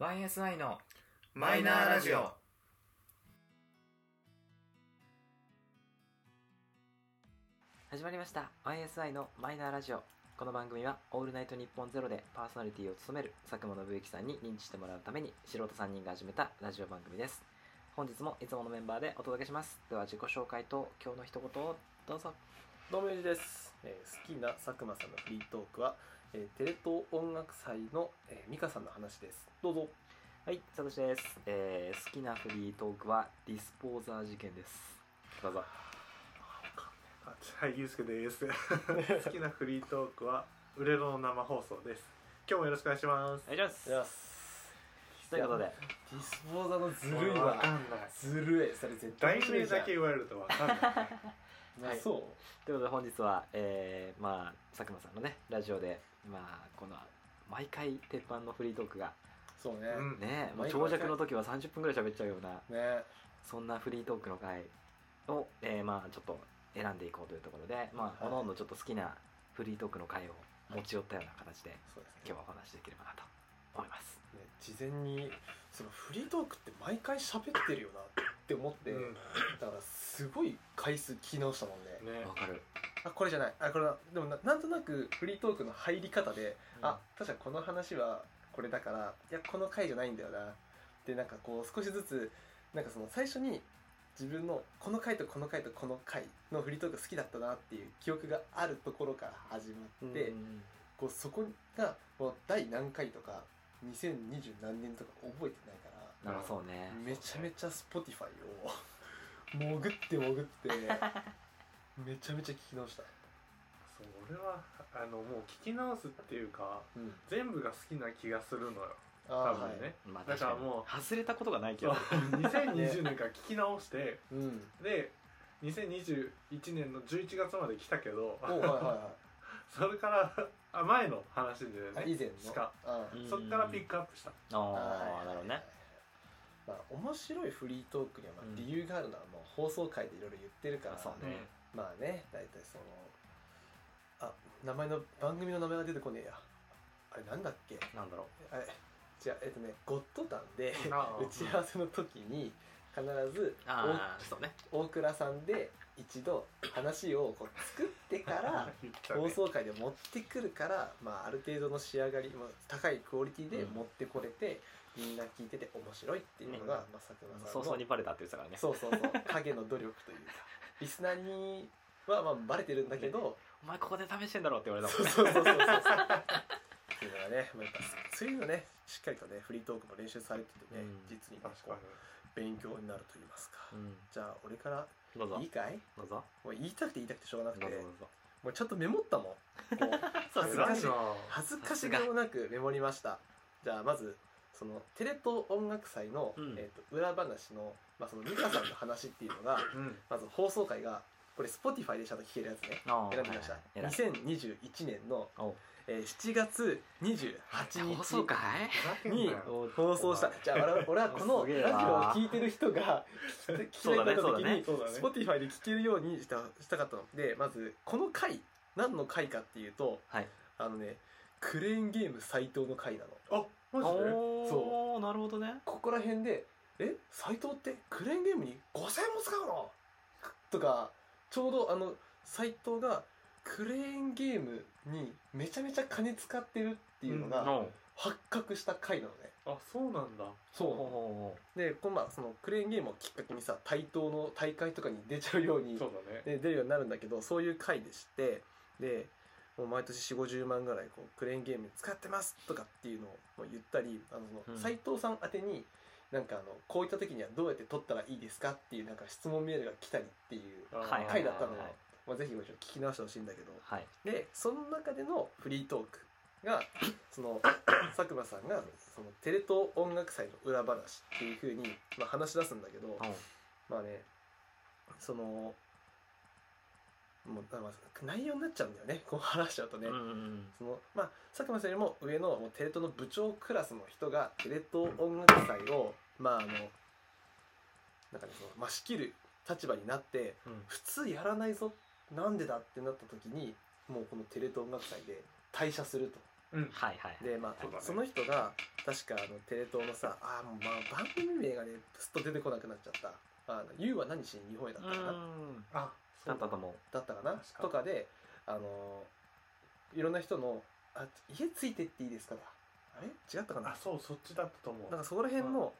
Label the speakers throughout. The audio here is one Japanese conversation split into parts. Speaker 1: YSI の
Speaker 2: マイナーラジオ。
Speaker 1: 始まりました YSI のマイナーラジオこの番組は「オールナイトニッポンゼロでパーソナリティを務める佐久間信之さんに認知してもらうために素人3人が始めたラジオ番組です本日もいつものメンバーでお届けしますでは自己紹介と今日の一言をどうぞ
Speaker 3: どうもゆうじです、えー好きな佐久間さんのフリートークは、えーテレ東音楽祭の、えー、美香さんの話ですどうぞ
Speaker 1: はいサトシです、えー好きなフリートークはディスポーザー事件ですどうぞ
Speaker 2: あはい、ゆうすけです。 好きなフリートークは、売れろの生放送です。今日もよろしくお願いします。
Speaker 1: お願いします
Speaker 3: よす
Speaker 1: ということで
Speaker 3: ディスポーザーのず
Speaker 2: ず
Speaker 3: るい
Speaker 2: わ
Speaker 3: わ
Speaker 2: かんない。
Speaker 3: ずるいそれ絶対
Speaker 2: 題名だけ言われるとわかんない。
Speaker 3: あ
Speaker 1: はい
Speaker 3: そう
Speaker 1: ということで本日は、えーまあ、佐久間さんのねラジオで、まあ、この毎回鉄板のフリートークが
Speaker 3: そうね、
Speaker 2: うん
Speaker 1: ねもう
Speaker 3: 毎回
Speaker 1: 長尺の時は30分ぐらい喋っちゃうような
Speaker 3: ね
Speaker 1: そんなフリートークの回を、えーまあ、ちょっと選んでいこうというところで、まあ、
Speaker 3: は
Speaker 1: 各
Speaker 3: い
Speaker 1: 々ちょっと好きなフリートークの回を持ち寄ったような形で
Speaker 3: そうですね
Speaker 1: 今日はお話しできればなと思います。
Speaker 3: ね事前にそのフリートークって毎回喋ってるよなって思って、
Speaker 2: うん
Speaker 3: だからすごい回数聞き直したもんね
Speaker 2: ね
Speaker 1: わかる
Speaker 3: あこれじゃないあこれだでもななんとなくフリートークの入り方で、あ確かこの話はこれだからいやこの回じゃないんだよなでなんかこう少しずつなんかその最初に自分のこの回とこの回とこの回のフリートーク好きだったなっていう記憶があるところから始まって、
Speaker 1: うん
Speaker 3: こうそこがもう第何回とか2020何年とか覚えてないから。
Speaker 1: なんかそうね
Speaker 3: めちゃめちゃ Spotify を潜って潜ってめちゃめちゃ聞き直した、
Speaker 2: そう俺は、あの、もう聞き直すっていうか、
Speaker 3: うん、
Speaker 2: 全部が好きな気がするのよ。
Speaker 3: あ
Speaker 2: 多
Speaker 3: あ
Speaker 2: 分ね。
Speaker 1: まあ、
Speaker 2: だ
Speaker 1: 確
Speaker 2: から
Speaker 1: かに
Speaker 2: も
Speaker 1: 外れたことがないけ
Speaker 2: そう
Speaker 1: ど
Speaker 2: 2020年から聞き直 して、
Speaker 3: はい、うん
Speaker 2: で、2021年の11月まで来たけど、
Speaker 3: おはいは
Speaker 2: それから、あ、前の話で
Speaker 3: いはいあ
Speaker 2: ね、
Speaker 3: 以前の
Speaker 2: しか。
Speaker 3: あ
Speaker 1: うん
Speaker 2: そっからピックアップした。
Speaker 1: ああなるほどね
Speaker 3: まあ面白いフリートークにはまあ
Speaker 1: うん
Speaker 3: 理由があるのはもう放送回でいろいろ言ってるから
Speaker 1: あそうね
Speaker 3: まあね大体そのあ名前の番組の名前が出てこねえやあれなんだっけ
Speaker 1: なんだろ
Speaker 3: あれじゃあえっとねゴッドタンで
Speaker 2: うんあ
Speaker 3: 打ち合わせの時に必ず
Speaker 1: うああそうね
Speaker 3: 大倉さんで一度話をこう作ってか
Speaker 2: あ
Speaker 3: ら
Speaker 2: 言ったね
Speaker 3: 放送回で持ってくるから、まあ、ある程度の仕上がりも高いクオリティで持ってこれて、みんな聞いてて面白いっていうのが、
Speaker 2: う
Speaker 3: まあ、佐久間さんの
Speaker 1: 早々にバレたって言ってたからね
Speaker 3: そうそうそう影の努力というかリスナーにはまあバレてるんだけど、
Speaker 1: お前ここで試してんだろって言われたも
Speaker 3: そ
Speaker 1: ん
Speaker 3: う
Speaker 1: ね
Speaker 3: そうそうそうそうっていうのがね、まあ、やっぱそういうのねしっかりとねフリートークも練習されててね、
Speaker 1: うん
Speaker 3: 実にこ
Speaker 2: 確か
Speaker 3: う勉強になると言いますか、
Speaker 1: うん
Speaker 3: じゃあ俺から
Speaker 1: どうぞ
Speaker 3: いいかい
Speaker 1: どうぞ
Speaker 3: もう言いたくて言いたくてしょうがなくて
Speaker 1: どうぞどうぞ
Speaker 3: もうちゃんとメモったもんこう
Speaker 1: そうすね
Speaker 2: に。
Speaker 3: 恥ずか
Speaker 2: 偉
Speaker 3: し
Speaker 2: い
Speaker 3: い
Speaker 2: な
Speaker 3: 恥ずかしげもなくメモりましたじゃあまずそのテレ東音楽祭の、
Speaker 1: うん
Speaker 3: えー、と裏話の,、まあその美香さんの話っていうの が
Speaker 2: うん。
Speaker 3: まず放送回がこれ Spotify でちゃんと聞けるやつね
Speaker 1: あー
Speaker 3: 選びました、
Speaker 1: 偉い
Speaker 3: 2021年の、
Speaker 1: おう
Speaker 3: えー7月28日
Speaker 1: 放送かい
Speaker 2: ふざけんな
Speaker 3: に
Speaker 2: よ
Speaker 3: 放送した じゃあ我々俺はこの
Speaker 1: すげ
Speaker 3: ラ
Speaker 1: え
Speaker 3: ジオ
Speaker 1: な
Speaker 3: を聞いてる人 が聞きた
Speaker 1: そう
Speaker 3: い
Speaker 1: だね
Speaker 3: ことの時に
Speaker 2: そうだね
Speaker 3: Spotify で聴けるようにしたしたかったのでまずこの回何の回かっていうと
Speaker 1: はい
Speaker 3: あのねクレーンゲーム斎藤の回なの
Speaker 2: あ、マジで
Speaker 1: おおなるほどね
Speaker 3: ここら辺で「え斎藤ってクレーンゲームに5000も使うの?」とかちょうどあの斎藤がクレーンゲームにめちゃめちゃ金使ってるっていうの
Speaker 2: あ
Speaker 3: が
Speaker 1: おう
Speaker 3: 発覚した回なのね
Speaker 2: あ、そうなんだ。
Speaker 3: そ
Speaker 1: おうおう
Speaker 3: でこのまあそのクレーンゲームをきっかけにさ対等の大会とかに出ちゃうように
Speaker 2: そうだね。
Speaker 3: で出るようになるんだけどそういう回でしてでもう毎年4 5 0万ぐらいこうクレーンゲームに使ってますとかっていうのをもう言ったりあの
Speaker 1: う
Speaker 3: そ
Speaker 1: ん
Speaker 3: の斉藤さん宛てになんかあのこういった時にはどうやって取ったらいいですかっていうなんか質問メールが来たりっていう
Speaker 2: あ
Speaker 1: はいはい
Speaker 3: 回だったのを
Speaker 1: はい
Speaker 3: まあぜひもちろん聞き直してほしいんだけど
Speaker 1: はい
Speaker 3: でその中でのフリートークがその佐久間さんがそのテレ東音楽祭の裏話っていうふうに、まあ、話し出すんだけど、
Speaker 1: おう
Speaker 3: まあねそのもうまあ内容になっちゃうんだよねこう話しちゃうとね、
Speaker 1: うんうんうん
Speaker 3: そのまあ、佐久間さんよりも上のもうテレ東の部長クラスの人がテレ東音楽祭を、まああのなんかねその、まあ、仕切る立場になって
Speaker 1: うん
Speaker 3: 普通やらないぞなんでだってなった時にもうこのテレ東音楽祭で退社すると
Speaker 2: うん
Speaker 1: はいはいはい
Speaker 3: でまあ
Speaker 2: そうだね
Speaker 3: その人が確かあのテレ東のさあーもう、まあ、番組名がねすっと出てこなくなっちゃった「あの YOU は何しに日本へ」だったかな、
Speaker 1: うん
Speaker 2: あ
Speaker 1: あったと思う
Speaker 3: だったかな
Speaker 2: 確か
Speaker 3: とかであのーいろんな人の「あ家ついてっていいですか?」あれ違ったか
Speaker 2: あ
Speaker 3: な
Speaker 2: そうそっちだったと思う
Speaker 3: なんかそこら辺の、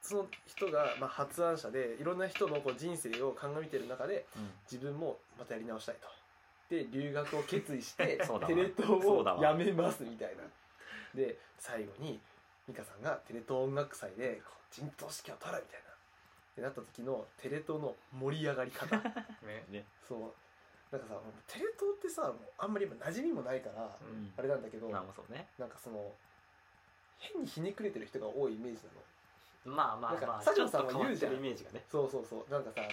Speaker 3: その人が、まあ、発案者でいろんな人のこう人生を鑑みてる中で
Speaker 1: うん
Speaker 3: 自分もまたやり直したいと。で留学を決意して
Speaker 1: そうだわ
Speaker 3: テレ東
Speaker 1: そう
Speaker 3: を
Speaker 1: だわ
Speaker 3: やめますみたいな。で最後に美香さんがテレ東音楽祭でこう陣頭指揮を取るみたいな。ってなった時のテレ東の盛り上がり方
Speaker 2: ね
Speaker 1: ね
Speaker 3: そうなんかさもうテレ東ってさもうあんまり今馴染みもないから、
Speaker 2: う
Speaker 1: うん
Speaker 2: ん
Speaker 3: あれなんだけど、
Speaker 1: まあまあそうね
Speaker 3: なんかその変にひねくれてる人が多いイメージなの
Speaker 1: まあま
Speaker 3: なん
Speaker 1: あ
Speaker 3: か
Speaker 1: まあ
Speaker 3: 佐
Speaker 1: ちょ
Speaker 3: 藤
Speaker 1: っ
Speaker 3: さん
Speaker 1: と
Speaker 3: も
Speaker 1: 変わっ
Speaker 3: 言うじ
Speaker 1: て
Speaker 3: ゃん
Speaker 1: るイメージがね
Speaker 3: そうそうそうなんかさあの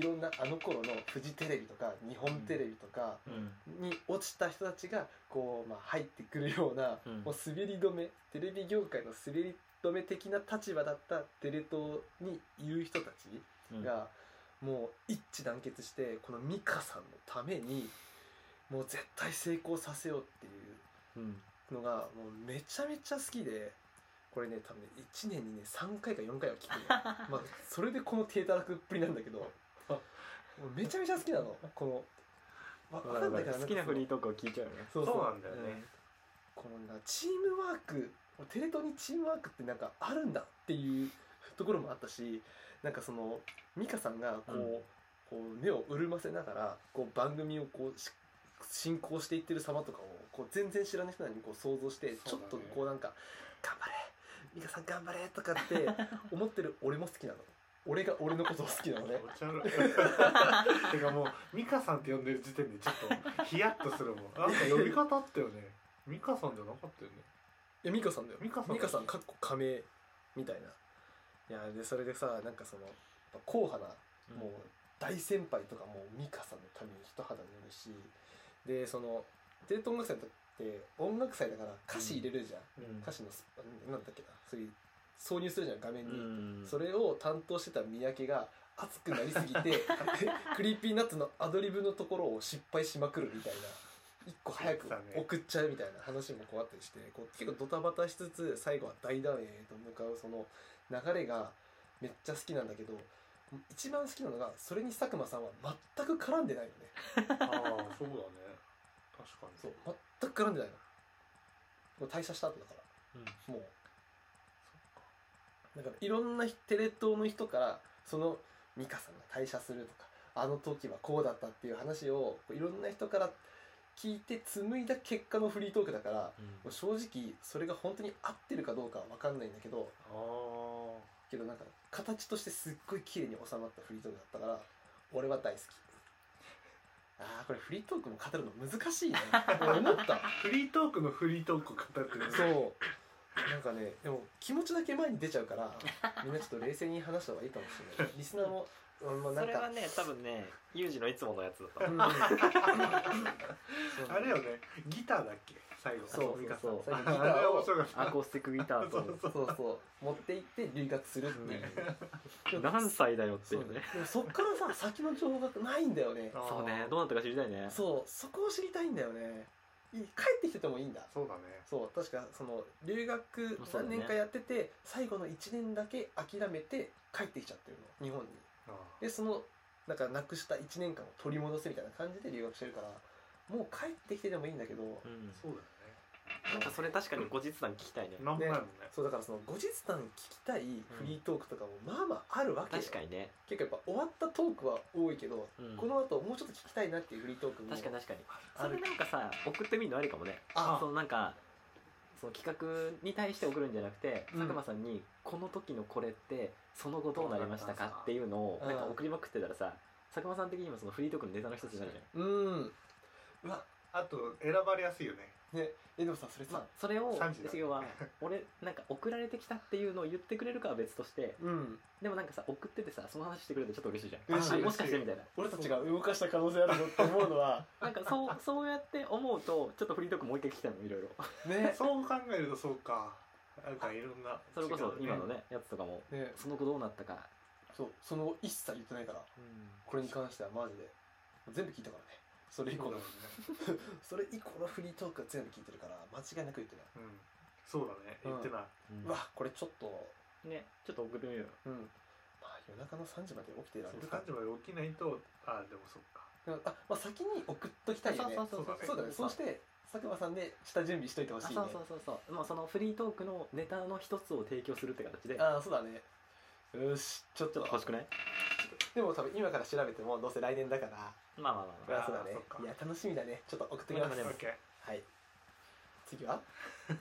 Speaker 3: いろんなあの頃のフジテレビとか日本テレビとか
Speaker 1: うん
Speaker 3: に落ちた人たちがこう、まあ、入ってくるような、
Speaker 1: うん
Speaker 3: もう滑り止めテレビ業界の滑り止め的な立場だったテレ東に言う人たち
Speaker 1: うん
Speaker 3: がもう一致団結してこの美香さんのためにもう絶対成功させようってい
Speaker 1: うん
Speaker 3: うのがもうめちゃめちゃ好きでこれね多分ね1年にね3回か4回は聞 くねまあそれでこの低たらくっぷりなんだけどあもうめちゃめちゃ好きなのこのわわかんないから
Speaker 1: 好きなフリー
Speaker 3: と
Speaker 1: トークを聞いちゃうよね
Speaker 3: そう
Speaker 2: そう
Speaker 3: そう
Speaker 2: なんだよね、
Speaker 3: このなチームワークテレ東にチームワークってなんかあるんだっていうところもあったしなんかその美香さんがこう,、
Speaker 1: うん
Speaker 3: こう目を潤ませながらこう番組をこうし進行していってる様とかをこう全然知らない人なのにこう想像して、ち
Speaker 2: そ
Speaker 3: ょ
Speaker 2: う
Speaker 3: っ
Speaker 2: だね
Speaker 3: とこうなんか「頑張れ美香さん頑張れ」とかって思ってる俺も好きなの俺が俺のことを好きなの ね
Speaker 2: お茶のてかもう美香さんって呼んでる時点でちょっとヒヤッとするもんなんか呼び方あったよね美香さんじゃなかったよね
Speaker 3: いや美香さんだよ
Speaker 2: 美香さんだ
Speaker 3: 美香さんかっこ仮名みたいないやでそれでさなんかその硬派なもう大先輩とかもう美香さんのために一肌脱ぐしでそのテレ東音楽祭って音楽祭だから歌詞入れるじゃん、
Speaker 1: うん
Speaker 3: 歌詞のスなんだっけなそういう挿入するじゃん画面に、
Speaker 1: うん
Speaker 3: それを担当してた三宅が熱くなりすぎ てクリーピーナッツのアドリブのところを失敗しまくるみたいな一個早く送っちゃうみたいな話もこうあったりしてこう結構ドタバタしつつ最後は大団円へと向かうその流れがめっちゃ好きなんだけど一番好きなのがそれに佐久間さんは全く絡んでないよね
Speaker 2: ああそうだね確かに
Speaker 3: そう全く絡んでないのもう退社した後だから
Speaker 1: うん
Speaker 3: もうだからいろんなテレ東の人からその美香さんが退社するとかあの時はこうだったっていう話をこういろんな人から聞いて紡いだ結果のフリートークだからもう正直それが本当に合ってるかどうかは分かんないんだけど
Speaker 2: あー
Speaker 3: けどなんか形としてすっごい綺麗に収まったフリートークだったから俺は大好きあーこれフリートークも語るの難しいね俺思った
Speaker 2: フリートークのフリートークを語ってる
Speaker 3: そうなんかねでも気持ちだけ前に出ちゃう からみんなちょっと冷静に話した方がいいかもしれないリスナーも、うんまあ、な
Speaker 1: そ
Speaker 3: ん
Speaker 1: れは
Speaker 3: か
Speaker 1: ね多分ねユージのいつものやつだと
Speaker 3: う
Speaker 1: 思うん
Speaker 2: あれよねギターだっけ最後
Speaker 3: そう
Speaker 2: 美香さん
Speaker 3: そうそう
Speaker 2: ああれは面白かっ
Speaker 1: ア
Speaker 2: た
Speaker 1: コースティックギターと
Speaker 3: そうそう持って行って留学するっていうで も
Speaker 1: 何歳だよって
Speaker 3: そ
Speaker 1: いううね
Speaker 3: でもそっからさ先の情報がないんだよね
Speaker 2: あー
Speaker 1: そうねどうなったか知りたいね
Speaker 3: そうそこを知りたいんだよねい帰ってきててもいいんだ
Speaker 2: そうだね
Speaker 3: そう確かその留学
Speaker 1: そうだね
Speaker 3: 何年かやってて、最後の1年だけ諦めて帰ってきちゃってるの日本に
Speaker 2: あー
Speaker 3: でそのなんかなくした1年間を取り戻すみたいな感じで留学してるからもう帰ってきてでもいいんだけど、
Speaker 1: うん
Speaker 2: そうだよ
Speaker 1: なんかそれ確かに後日談聞きたいね
Speaker 2: ねなんもないもんね
Speaker 3: そうだからその後日談聞きたいフリートークとかもまあまああるわけよ
Speaker 1: 確かにね
Speaker 3: 結構やっぱ終わったトークは多いけど、
Speaker 1: うん
Speaker 3: この後もうちょっと聞きたいなっていうフリートークも
Speaker 1: 確かに確かに
Speaker 3: あ
Speaker 1: そ
Speaker 3: る
Speaker 1: れなんかさ送ってみるのありかもね
Speaker 3: あ
Speaker 1: そのなんかその企画に対して送るんじゃなくて、
Speaker 3: うん
Speaker 1: 佐久間さんにこの時のこれってその後どうなりましたかっていうのを
Speaker 3: うん
Speaker 1: なんか送りまくってたらさ佐久間さん的にもそのフリートークのネタの一つになるじゃん
Speaker 3: うんうわ
Speaker 2: あと選ばれやすいよね
Speaker 3: ねえでもさそれさ、
Speaker 1: まあ、それを
Speaker 2: 3時だ
Speaker 1: 要は俺なんか送られてきたっていうのを言ってくれるかは別として
Speaker 3: うん
Speaker 1: でもなんかさ送っててさその話してくれてちょっと嬉しいじゃん
Speaker 3: 嬉しい
Speaker 1: あもしかしてみたいな
Speaker 3: 俺たちが動かした可能性あるぞって思うのは
Speaker 1: なんかそうそうやって思うとちょっとフリートークもう一回聞きたいのいろいろ
Speaker 3: ね
Speaker 2: そう考えるとそうかなんかいろんな
Speaker 1: それこそ
Speaker 2: 違う
Speaker 1: 今のねやつとかも
Speaker 3: ね
Speaker 1: その後どうなったか、
Speaker 3: そうその後一切言ってないからこれに関してはマジで全部聞いたからねそれ以降
Speaker 2: だ
Speaker 3: の
Speaker 2: ね
Speaker 3: それ以降のフリートークは全部聞いてるから間違いなく言ってな
Speaker 2: う
Speaker 3: い
Speaker 2: んそうだね言ってない、
Speaker 4: うん
Speaker 3: うわこれちょっと
Speaker 1: ねちょっと送ってみようよ
Speaker 3: うんまあ夜中の3時まで起きてら
Speaker 2: そ
Speaker 3: れ
Speaker 2: う
Speaker 3: るか
Speaker 2: 3時まで起きないとあでもそっか
Speaker 3: でもあ、まあ、先に送っときたいよね
Speaker 1: そうそうそう
Speaker 2: そう
Speaker 3: そうだねそうして佐久間さんで下準備しといてほしい
Speaker 1: あ
Speaker 3: ね
Speaker 1: そうそうそうそうもうそのフリートークのネタの一つを提供するって形で
Speaker 3: あーそうだねよしちょっと
Speaker 1: 欲しくない
Speaker 3: でも多分今から調べてもどうせ来年だから
Speaker 1: まあまあまあ、まあ、
Speaker 3: あそうだね
Speaker 2: そっか
Speaker 3: いや楽しみだねちょっと送ってきます
Speaker 1: でも
Speaker 2: オッケー
Speaker 3: はい次は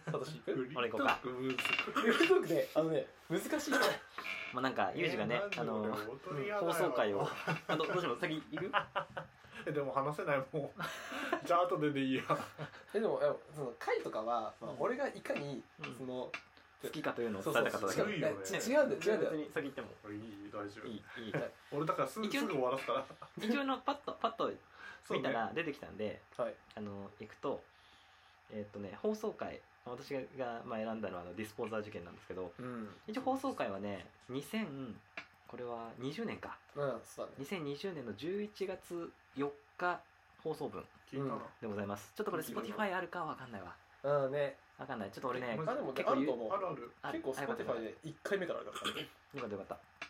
Speaker 3: サトシ行く
Speaker 2: フ
Speaker 3: フ
Speaker 2: リ
Speaker 1: 俺
Speaker 2: ー
Speaker 1: 行こ
Speaker 2: ト
Speaker 1: う
Speaker 2: ー
Speaker 1: か
Speaker 2: クムーズ
Speaker 3: リートークねあのね難しいよ
Speaker 1: まあなんかユージがね、
Speaker 2: えー
Speaker 1: あの
Speaker 2: なんで俺踊りやだ
Speaker 1: 放
Speaker 2: よ
Speaker 1: 送回 をあのどうします先行く
Speaker 2: えでも話せない もうじゃあ後ででいいや
Speaker 3: えでもいやその回とかは、まあ
Speaker 1: うん
Speaker 3: 俺がいかに、
Speaker 1: うん
Speaker 3: その
Speaker 1: 好きかというのを
Speaker 3: そ
Speaker 1: 伝
Speaker 3: う
Speaker 1: え
Speaker 3: そう
Speaker 1: たかっただけ
Speaker 3: 違
Speaker 1: だ
Speaker 3: う
Speaker 2: ずるい
Speaker 3: い
Speaker 2: よ
Speaker 3: や
Speaker 2: ね
Speaker 3: ち違うんだよ違うんだ
Speaker 1: 別
Speaker 3: よ
Speaker 1: に先行っても
Speaker 2: いい大丈夫
Speaker 1: いいいい
Speaker 2: 俺だからすぐ
Speaker 1: 一応
Speaker 2: すぐ終わらすから
Speaker 1: 一応のパッとパッと
Speaker 2: そう
Speaker 1: 見
Speaker 2: ね
Speaker 1: たら出てきたんで、
Speaker 3: はい
Speaker 1: あの行くとえっ、とね放送回私が、まあ、選んだのはあのディスポーザー事件なんですけど
Speaker 3: うん
Speaker 1: 一応放送回はね2000これは20年か
Speaker 3: うんそうだね
Speaker 1: 2020年の11月4日放送分
Speaker 2: 聞いたな、
Speaker 3: うん
Speaker 1: でございますちょっとこれ
Speaker 3: いいよ
Speaker 1: Spotify あるかわかんないわ
Speaker 3: うんね
Speaker 1: わかんないちょっと俺ね
Speaker 2: え
Speaker 3: あでもね
Speaker 1: 結
Speaker 3: あ
Speaker 1: 構言
Speaker 3: ると
Speaker 1: う
Speaker 3: 思
Speaker 2: ある
Speaker 3: う
Speaker 2: ある
Speaker 1: あ
Speaker 3: 結構
Speaker 1: あよかった
Speaker 3: Spotify で1回目からだからね
Speaker 1: よかったよかった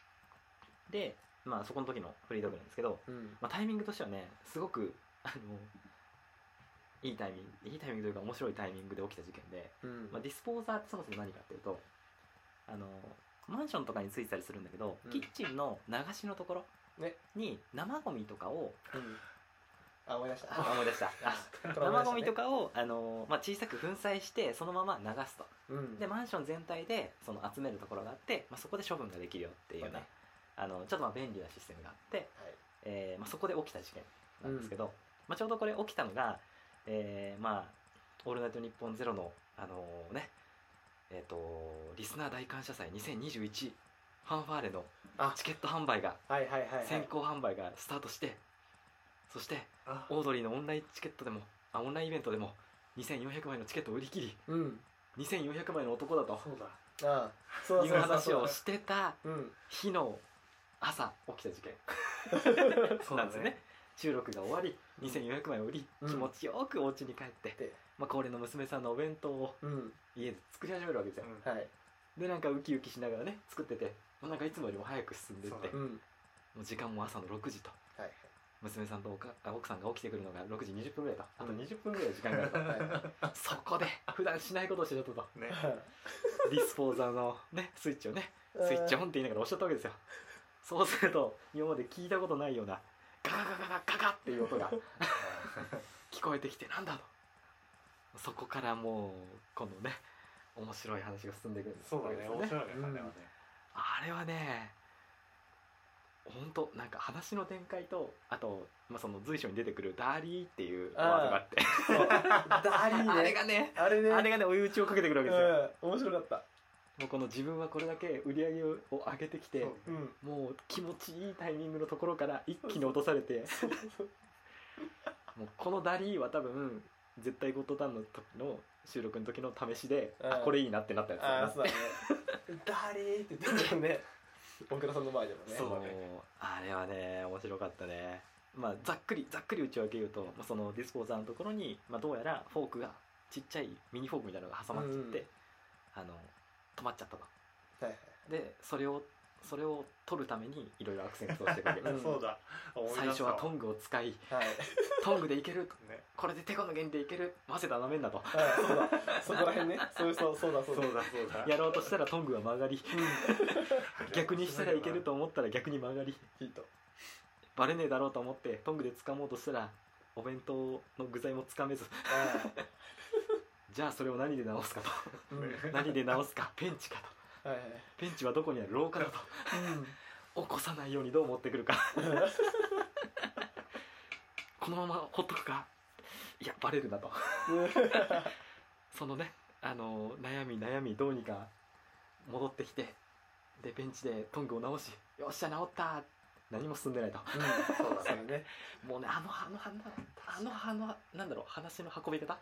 Speaker 1: でまあそこの時のフリートークなんですけど、
Speaker 3: うん
Speaker 1: まあ、タイミングとしてはねすごくあのいいタイミングいいタイミングというか面白いタイミングで起きた事件で、
Speaker 3: うん
Speaker 1: まあ、ディスポーザーってそもそも何かっていうとあのマンションとかについてたりするんだけど、
Speaker 3: うん
Speaker 1: キッチンの流しのところ
Speaker 3: ね
Speaker 1: に生ゴミとかを
Speaker 3: うんあ思い出した
Speaker 1: あ思い出したあ
Speaker 3: これ思
Speaker 1: 生
Speaker 3: い出した
Speaker 1: ゴ
Speaker 3: ね
Speaker 1: ミとかを、あのまあ、小さく粉砕してそのまま流すと
Speaker 3: うん
Speaker 1: でマンション全体でその集めるところがあって、まあ、そこで処分ができるよっていうような、あのちょっとまあ便利なシステムがあって、
Speaker 3: はい
Speaker 1: えーまあ、そこで起きた事件なんですけど、まあ、ちょうどこれ起きたのが、えーまあ「オールナイトニッポンゼロのあのねえっ、とリスナー大感謝祭2021ファンファーレの
Speaker 3: あ
Speaker 1: チケット販売が
Speaker 3: はいはいはいはい
Speaker 1: 先行販売がスタートしてそして
Speaker 2: あ
Speaker 1: オードリーのオンラインチケットでもあオンラインイベントでも2400枚のチケットを売り切り
Speaker 3: うん
Speaker 1: 2400枚の男だと
Speaker 2: そうだ
Speaker 3: あそう
Speaker 1: い
Speaker 3: そううそう
Speaker 1: 話
Speaker 3: そう
Speaker 1: をしてた
Speaker 3: うん
Speaker 1: 日の朝起きた事件
Speaker 2: そう
Speaker 1: な
Speaker 2: だ
Speaker 1: んですね収録が終わり2400枚を売り、
Speaker 3: うん
Speaker 1: 気持ちよくお家に帰って、
Speaker 3: で
Speaker 1: まあ、恒例の娘さんのお弁当を
Speaker 3: うん
Speaker 1: 家で作り始めるわけですよ、
Speaker 2: うん
Speaker 3: はい
Speaker 1: でなんかウキウキしながらね作っててもうなんかいつもよりも早く進んでって
Speaker 2: そうだ
Speaker 3: う
Speaker 1: も
Speaker 3: ん
Speaker 1: う時間も朝の6時と
Speaker 3: はい
Speaker 1: 娘さんとおかあ奥さんが起きてくるのが6時20分ぐらいとあと
Speaker 3: うん
Speaker 1: 20分ぐらい時間があると、 そこで普段しないことをしてたと
Speaker 2: ね
Speaker 1: ディスポーザーの、ね、スイッチをねスイッチオンって言いながら押しちゃったわけ ですよそうすると今まで聞いたことないようなガガガガガガガっていう音が聞こえてきてなんだとそこからもうこのね面白い話が進んでいくんです
Speaker 2: そうだね面白いね
Speaker 3: うん
Speaker 2: あれはね
Speaker 1: あれはね本当なんか話の展開とあと、まあ、その随所に出てくる「ダーリー」っていうワードがあって
Speaker 3: そうダリーね
Speaker 1: あれがね
Speaker 3: あれね
Speaker 1: あれがね追い打ちをかけてくるわけですよ、
Speaker 3: うん面白かった
Speaker 1: もうこの自分はこれだけ売り上げを上げてきて
Speaker 2: そう
Speaker 3: う
Speaker 2: ね
Speaker 3: ん
Speaker 1: もう気持ちいいタイミングのところから一気に落とされてもうこのダリーは多分絶対ゴッドタンの時の収録の時の試しで、
Speaker 3: うん
Speaker 1: あこれいいなってなったやつ
Speaker 3: ああ
Speaker 1: だ
Speaker 3: そうだね「ダリー」って言ってたもんね大倉さんの前でもね
Speaker 1: な
Speaker 2: そうだね
Speaker 1: もうあれはね面白かったねまあざっくりざっくり内訳言うと、まあ、そのディスポーザーのところに、まあ、どうやらフォークがちっちゃいミニフォークみたいなのが挟まっちゃって、
Speaker 3: うん
Speaker 1: あの止まっちゃったと
Speaker 3: はい
Speaker 1: でそれをそれを取るためにいろいろアクセントをしていくわけです
Speaker 3: う ん
Speaker 2: そうだ思い出した
Speaker 1: 最初はトングを使い
Speaker 3: はいはい
Speaker 1: トングでいける
Speaker 2: ね
Speaker 1: これでテコの原理でいける早稲田なめんなと
Speaker 3: はいそうだそこら辺ねそうそうそうだそ
Speaker 2: そうう
Speaker 3: だ
Speaker 2: だそうだ
Speaker 1: やろうとしたらトングは曲がり逆にしたらいけると思ったら逆に曲がり
Speaker 3: ヒント
Speaker 1: バレねえだろうと思ってトングで掴もうとしたらお弁当の具材も掴めず
Speaker 3: ああ
Speaker 1: じゃあそれを何で直すかと
Speaker 3: うんはい
Speaker 1: 何で直すかペンチかと
Speaker 3: はい
Speaker 1: ペンチはどこにある廊下だと起こさないようにどう持ってくるかこのままほっとくかいやバレるなと
Speaker 3: うん
Speaker 1: そのねあの悩み悩みどうにか戻ってきてでベンチでトングを直しよっしゃ治った何も進んでないと
Speaker 3: そうだね
Speaker 1: もうねあのあのあのあのあのなんだろう話の運び方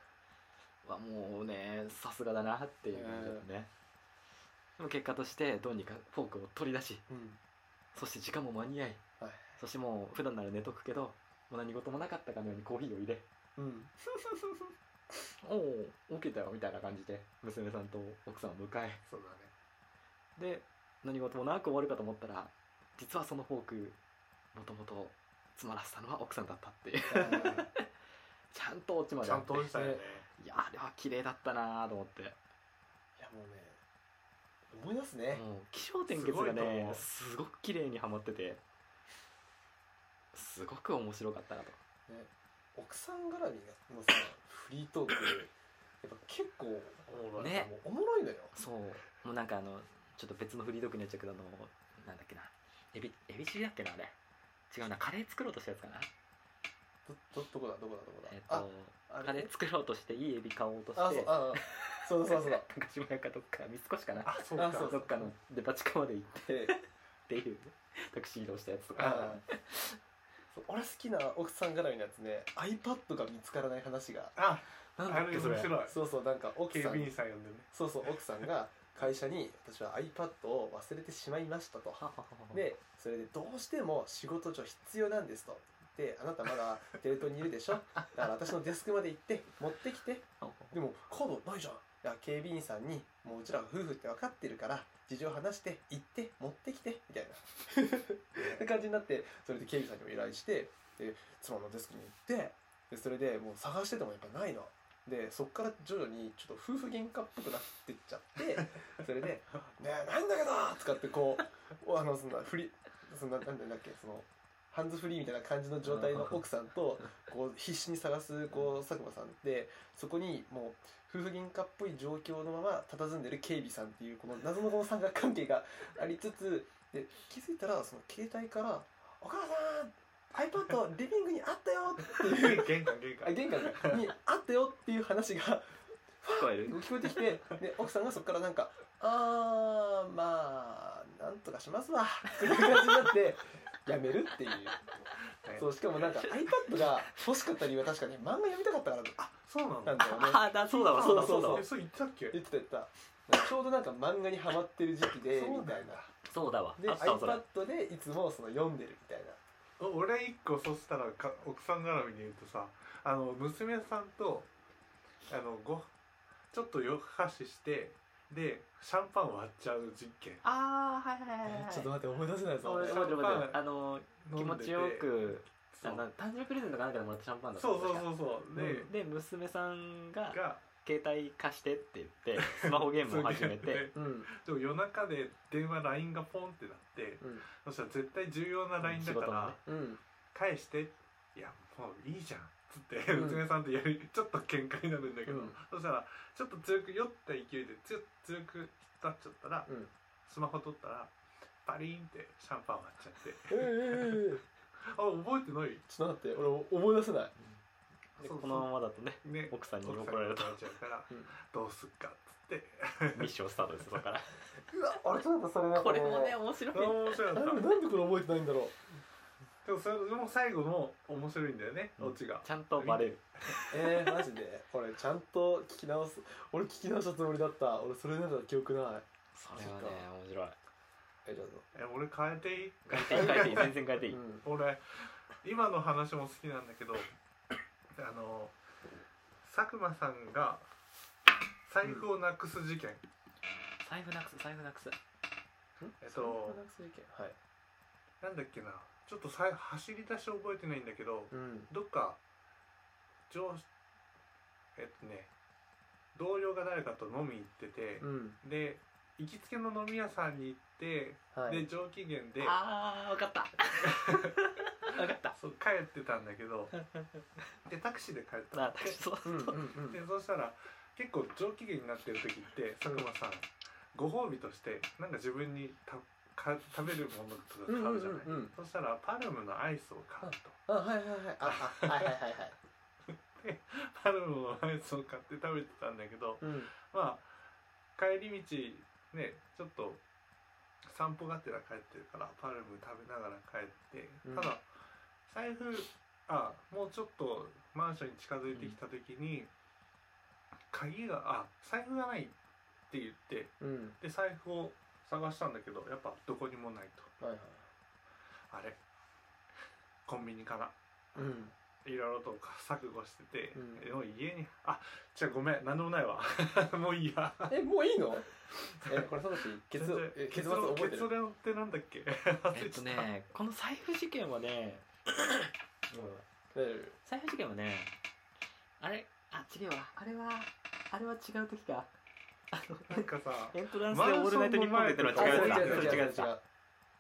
Speaker 1: はもうねさすがだなっていう感じだったね、でも結果としてどうにかフォークを取り出し
Speaker 3: うん
Speaker 1: そして時間も間に合い
Speaker 3: はい
Speaker 1: そしてもう普段なら寝とくけどもう何事もなかったかのようにコーヒーを入れ
Speaker 3: うん
Speaker 1: 「おお起きたよ」みたいな感じで娘さんと奥さんを迎え
Speaker 2: そうだね
Speaker 1: で何事もなく終わるかと思ったら実はそのフォークもともと詰まらせたのは奥さんだったっていうちゃんと落ちまで
Speaker 2: ちゃんと落ちたよね
Speaker 1: いやあれは綺麗だったなーと思って
Speaker 3: いやもうね思い出すね、
Speaker 1: もう気象点結が
Speaker 2: すごいと
Speaker 1: ね
Speaker 2: 思う
Speaker 1: すごく綺麗にはまっててすごく面白かったなと
Speaker 3: ね奥さん絡みのさフリートークやっぱ結構おもろい,、
Speaker 1: ね
Speaker 3: おもろいのよ
Speaker 1: そうもうなんかあのちょっと別のフリードークになっちゃうけどあのなんだっけなエビエビチリだっけなあれ違うなカレー作ろうとしたやつかな
Speaker 3: どどどこだどこだどこだ、
Speaker 1: えっ
Speaker 3: あ
Speaker 1: と
Speaker 3: あれ
Speaker 1: カレー作ろうとしていいエビ買おうとして
Speaker 3: あそうあそうだそうだ そうだ
Speaker 1: 高島屋かどっか三越かな
Speaker 2: あそう
Speaker 3: あ
Speaker 2: か
Speaker 3: そ
Speaker 1: そううどっかのデパ地下まで行っ
Speaker 3: で
Speaker 1: てっていうタクシー移動したやつと
Speaker 3: あ
Speaker 1: か
Speaker 3: そう俺好きな奥さん絡みのやつね iPad が見つからない話が
Speaker 2: あ
Speaker 1: なん
Speaker 2: あ
Speaker 1: だっ
Speaker 2: れ
Speaker 1: け
Speaker 2: 面
Speaker 1: そ
Speaker 2: 白
Speaker 1: れ
Speaker 2: い
Speaker 3: そうそうなんか奥
Speaker 2: 警
Speaker 3: さん
Speaker 2: 備員さん呼んでね
Speaker 3: そうそう奥さんが会社に私は iPad を忘れてしまいましたと
Speaker 1: はははは
Speaker 3: でそれでどうしても仕事上必要なんですとであなたまだデートにいるでしょだから私のデスクまで行って持ってきてでもカードないじゃんいや警備員さんにもううちら夫婦って分かってるから事情話して行って持ってきてみたいなって感じになってそれで警備さんにも依頼してで妻のデスクに行ってでそれでもう探しててもやっぱないのでそっから徐々にちょっと夫婦喧嘩っぽくなってっちゃってそれで「 ねえなんだけど!」とかってこう あのそんなフリそんななんだっけそのハンズフリーみたいな感じの状態の奥さんとこう必死に探すこう佐久間さんでそこにもう夫婦喧嘩っぽい状況のまま佇んでる警備さんっていうこの謎のこの三角関係がありつつで気づいたらその携帯から「お母さん iPad リビングにあったよ」っ ていう
Speaker 2: 玄関玄
Speaker 3: あ
Speaker 2: 関
Speaker 3: 玄関にあったよっていう話が
Speaker 1: 聞こえる
Speaker 3: 聞こえてきてで奥さんがそこからなんか「あーまあなんとかしますわ」っていう感じになってやめるっていうそうしかもなんか iPad が欲しかった理由は確かね漫画読みたかったから
Speaker 2: あそうなんだ
Speaker 3: なんだよね
Speaker 1: ああだそうだわそうだそうだわ
Speaker 2: えそう言ってたっけ
Speaker 3: 言ってた言ってたちょうどなんか漫画にハマってる時期で
Speaker 2: そうな
Speaker 3: み
Speaker 2: ん
Speaker 3: た
Speaker 2: だ
Speaker 3: いな
Speaker 1: そうだわ
Speaker 3: で
Speaker 1: あったわそれ
Speaker 3: iPad でいつもその読んでるみたいな
Speaker 2: お俺一個そしたらか奥さん絡みに言うとさあの娘さんとあのごちょっと夜更かししてでシャンパン割っちゃう実験
Speaker 1: ああはいはいはい
Speaker 3: ちょっと
Speaker 1: はい
Speaker 3: 待って思い出せないぞ
Speaker 2: 俺
Speaker 3: 俺
Speaker 1: 待って待って
Speaker 2: シャンパン
Speaker 1: あの
Speaker 2: 飲
Speaker 1: 気
Speaker 2: んで
Speaker 1: 持
Speaker 2: て
Speaker 1: ちよく
Speaker 2: そ
Speaker 1: あ
Speaker 2: う
Speaker 1: の誕生日プレゼントかなんかでもらったシャンパンだった
Speaker 2: そうそう
Speaker 1: 確か
Speaker 2: そうそうで、
Speaker 1: で娘さんが
Speaker 2: が
Speaker 1: 携帯貸してって言ってスマホゲームを始 めて
Speaker 3: うんうん
Speaker 2: でも夜中で電話 LINE がポンってなってそしたら絶対重要な LINE だか
Speaker 1: 仕事
Speaker 2: ら、
Speaker 1: のね
Speaker 3: うん
Speaker 2: 返していやもういいじゃんつって、
Speaker 3: うん
Speaker 2: 娘さんとやりちょっと喧嘩になるんだけど、
Speaker 3: うん
Speaker 2: そしたらちょっと強く酔った勢いでつ強くなっちゃったら、
Speaker 3: うん
Speaker 2: スマホ取ったらパリーンってシャンパン割っちゃって
Speaker 3: ええええ
Speaker 2: あ覚えてない
Speaker 3: ちょっと待って俺思い出せない
Speaker 1: で
Speaker 2: そう
Speaker 1: このままだとね
Speaker 2: ね
Speaker 1: 奥さんに
Speaker 2: 奥
Speaker 1: 怒
Speaker 2: さん
Speaker 1: られ
Speaker 2: に
Speaker 1: ると
Speaker 2: 怒られちゃうから
Speaker 3: うん
Speaker 2: どうすっかっつって
Speaker 1: ミッションスタートですよそこから
Speaker 3: うわ俺ちょっとそれなん
Speaker 1: こ
Speaker 3: か
Speaker 1: れもね面白い
Speaker 2: あ面白
Speaker 3: あ
Speaker 2: か
Speaker 3: れ
Speaker 2: っ
Speaker 3: な
Speaker 2: た
Speaker 3: んでこれ覚えてないんだろう
Speaker 2: でもそれも最後の面白いんだよね
Speaker 1: うん
Speaker 2: オチが
Speaker 1: ちゃんとバレる
Speaker 3: えー、マジでこれちゃんと聞き直す俺聞き直したつもりだった俺それなら記憶ない
Speaker 1: それは
Speaker 3: そっ
Speaker 1: ね
Speaker 3: か
Speaker 1: 面白い
Speaker 3: えちょっ
Speaker 2: え俺変えていい
Speaker 1: 変えていい変えていい全然変えていい、
Speaker 3: う
Speaker 2: 俺今の話も好きなんだけどあの佐久間さんが財布をなくす事件、
Speaker 1: 財布なくす財布なくす
Speaker 3: ん
Speaker 2: えっと
Speaker 3: はい
Speaker 2: なんだっけなちょっとさい走り出し覚えてないんだけど
Speaker 3: うん
Speaker 2: どっか上えっとね同僚が誰かと飲み行ってて
Speaker 3: う、ん
Speaker 2: で行きつけの飲み屋さんに行って、
Speaker 3: はい
Speaker 2: で上機嫌で
Speaker 1: ああ分か った分かった
Speaker 2: そう帰ってたんだけどでタクシーで帰ったの
Speaker 1: なあ私そう
Speaker 3: うんうん
Speaker 2: でそうしたら結構上機嫌になってる時って佐久間さんご褒美としてなんか自分にたか食べるものとか
Speaker 3: うんうん
Speaker 2: 買うじゃない、
Speaker 3: うんうん
Speaker 2: そしたらパルムのアイスを買うと
Speaker 3: あはいはいはいああはいはいはいはい
Speaker 2: パルムのアイスを買って食べてたんだけど
Speaker 3: うん
Speaker 2: まあ帰り道ねちょっと散歩がてら帰ってるからパルム食べながら帰って、
Speaker 3: うん
Speaker 2: ただ財布あもうちょっとマンションに近づいてきた時に、鍵があ財布がないって言って
Speaker 3: うん
Speaker 2: で財布を探したんだけどやっぱどこにもないと
Speaker 3: はいはい
Speaker 2: あれコンビニかな
Speaker 3: うん
Speaker 2: いろいろと錯誤してて、
Speaker 3: うん
Speaker 2: でもう家にあじゃあごめん何でもないわ もういいや
Speaker 3: えもういいのえこれサトシ結論え
Speaker 2: 結
Speaker 3: 結末
Speaker 2: 論
Speaker 3: 覚えて
Speaker 2: 結
Speaker 3: る
Speaker 2: 論ってなんだっけ忘
Speaker 1: え
Speaker 2: れ
Speaker 1: っ
Speaker 2: ちゃ
Speaker 1: と
Speaker 2: た
Speaker 1: ねこの財布事件はね
Speaker 3: 大丈夫
Speaker 1: 財布事件はねあれあ違うわあれはあれは違う時かあの
Speaker 2: なんかさ
Speaker 1: エントランスで「オールナイトニッポン」って言った
Speaker 3: あ
Speaker 1: のは
Speaker 3: 違
Speaker 1: 違う
Speaker 3: う
Speaker 1: や
Speaker 3: 違う
Speaker 1: つだ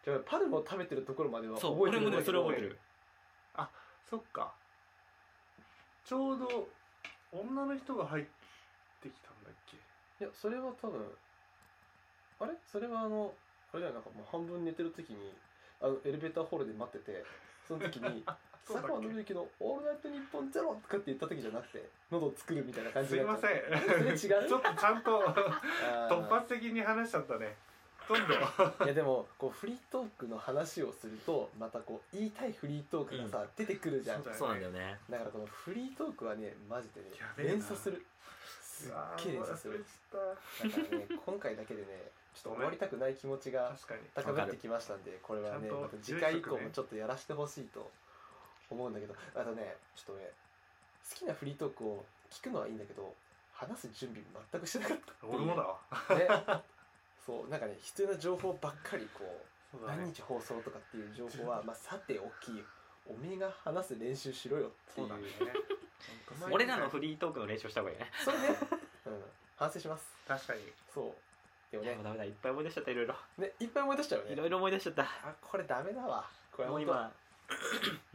Speaker 1: それ違うやつだ
Speaker 3: 違う違う違うパルムを食べてるところまでは覚
Speaker 1: そう
Speaker 3: え
Speaker 1: 俺
Speaker 3: てる
Speaker 1: も
Speaker 3: んだ
Speaker 1: ね
Speaker 3: け
Speaker 1: それ
Speaker 3: ど
Speaker 1: 覚えてる
Speaker 2: そっかちょうど女の人が入ってきたんだっけ
Speaker 3: いやそれは多分あれそれはあのあれじゃないなんかもう半分寝てる時にあのエレベーターホールで待っててその時 に
Speaker 2: そうだっ
Speaker 3: 佐久間信之の「オールナイトニッポンゼロとかって言った時じゃなくて喉を作るみたいな感
Speaker 2: け
Speaker 3: じ
Speaker 2: す
Speaker 3: に
Speaker 2: い
Speaker 3: な
Speaker 2: ま
Speaker 3: っ
Speaker 2: せ
Speaker 3: ちゃうんそれ違う
Speaker 2: ちょっとちゃん と
Speaker 3: あー
Speaker 2: 突発的に話しちゃったねどんどん
Speaker 3: いやでもこうフリートークの話をするとまたこう言いたいフリートークがさ、出てくるじゃ
Speaker 2: そ
Speaker 3: ん
Speaker 2: う
Speaker 3: だ
Speaker 2: だ
Speaker 1: そうなんだよね
Speaker 3: からこのフリートークはねマジでね
Speaker 2: やべえな
Speaker 3: 連鎖するすっげえ連
Speaker 2: うわー
Speaker 3: 鎖す
Speaker 2: 忘れ
Speaker 3: る
Speaker 2: ちゃっ
Speaker 3: だからね今回だけでねちょっと終わりたくない気持ち
Speaker 2: た
Speaker 3: が
Speaker 2: 確かに
Speaker 3: 高まってきましたんでこれはね
Speaker 2: ちゃんと
Speaker 3: また次回以降
Speaker 2: 住職
Speaker 3: も
Speaker 2: ね
Speaker 3: ちょっとやらせてほしいと思うんだけどあとねちょっとね好きなフリートークを聞くのはいいんだけど話す準備全くしてなかっ
Speaker 2: 俺もだわ
Speaker 3: たねそうなんかね必要な情報ばっかりこう
Speaker 2: そうだ
Speaker 3: 何
Speaker 2: ね
Speaker 3: 日放送とかっていう情報はまあさておきおめえが話す練習しろよってい
Speaker 2: そううだね
Speaker 3: うん
Speaker 1: 俺らのフリートークの練習した方がいいね
Speaker 3: それね、うん、反省します
Speaker 2: 確かに
Speaker 3: そうでも
Speaker 1: いや
Speaker 3: ね
Speaker 1: もうダメだいっぱい思い出しちゃったいろいろ
Speaker 3: ねいっぱい思い出しちゃうよね
Speaker 1: いろいろ思い出しちゃった
Speaker 3: あこれダメだわこれ
Speaker 1: もう
Speaker 3: 本当
Speaker 1: 今、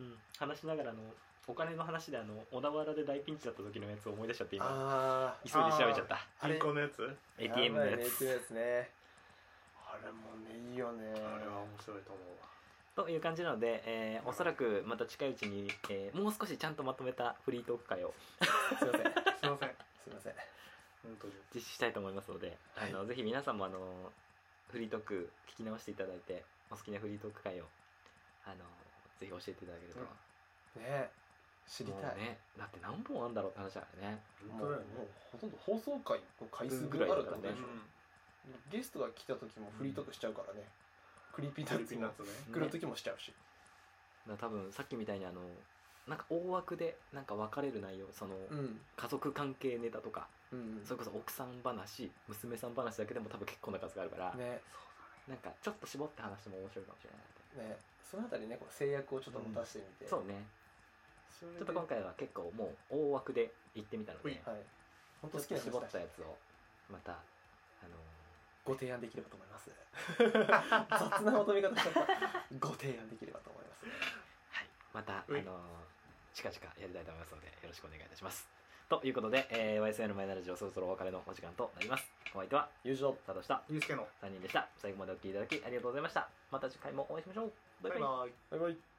Speaker 1: うん、話しながらあのお金の話であの小田原で大ピンチだった時のやつを思い出しちゃって今
Speaker 3: あ
Speaker 1: 急いで調べちゃった
Speaker 3: あれ
Speaker 2: 銀行のやつ
Speaker 3: あ
Speaker 1: ATM のやつ、
Speaker 3: ですねあれもねいいよね
Speaker 2: あれは面白いと思うわ
Speaker 1: という感じなので、えーおそらくまた近いうちに、えーもう少しちゃんとまとめたフリートーク会を
Speaker 3: すいません
Speaker 2: すいません
Speaker 3: すいません
Speaker 2: 本当に
Speaker 1: 実施したいと思いますので、
Speaker 3: はい
Speaker 1: あのぜひ皆さんもあのフリートーク聞き直していただいてお好きなフリートーク会をあのぜひ教えていただければ、
Speaker 2: うん
Speaker 3: ね知り
Speaker 1: も
Speaker 3: たいう
Speaker 1: ねだって何本あんだろうって話だからね
Speaker 2: 本
Speaker 3: もう
Speaker 2: 当だよね
Speaker 3: もうほとんど放送回の回数ぐ
Speaker 1: ぐ
Speaker 3: ら
Speaker 1: らい
Speaker 3: い
Speaker 1: だか
Speaker 3: あるって
Speaker 1: ら
Speaker 3: こ
Speaker 1: ね
Speaker 3: とでしょゲストが来た時もフリートークしちゃうからねクリーピーナ
Speaker 2: フリ
Speaker 3: ッ
Speaker 2: ピ
Speaker 3: ツ
Speaker 2: ンナ
Speaker 3: も
Speaker 2: ッツね
Speaker 3: 来る時もしちゃうし
Speaker 1: だから多分さっきみたいにあのなんか大枠でなんか別れる内容その、
Speaker 3: うん
Speaker 1: 家族関係ネタとか
Speaker 3: うん
Speaker 1: それこそ奥さん話娘さん話だけでも多分結構な数があるから、
Speaker 3: ね
Speaker 1: なんかちょっと絞って話しても面白いかもしれないなって
Speaker 3: ねそのあたりねこう制約をちょっと持たせてみて
Speaker 1: そうね
Speaker 3: それ
Speaker 1: ちょ
Speaker 3: で
Speaker 1: っと今回は結構もう大枠で行ってみたので、
Speaker 2: はい
Speaker 3: はい本
Speaker 1: ちょ
Speaker 3: 当
Speaker 1: っと絞っ
Speaker 3: 好きな絞ったた
Speaker 1: やつをまたあの
Speaker 3: ご提案できればと思います 雑なまとめ方しちゃったご提案できればと思います
Speaker 1: はいまたあ
Speaker 2: う
Speaker 1: の
Speaker 2: い
Speaker 1: 近々やりたいと思いますのでよろしくお願いいたしますということで、えー、YSN のマイナラジオそろそろお別れのお時間となりますお相手は
Speaker 3: 友情
Speaker 1: 佐藤した
Speaker 2: ゆうすけの
Speaker 1: 3人でした最後までお聴きいただきありがとうございましたまた次回もお会いしましょうバイバイ
Speaker 2: バイバイ
Speaker 3: バイバイ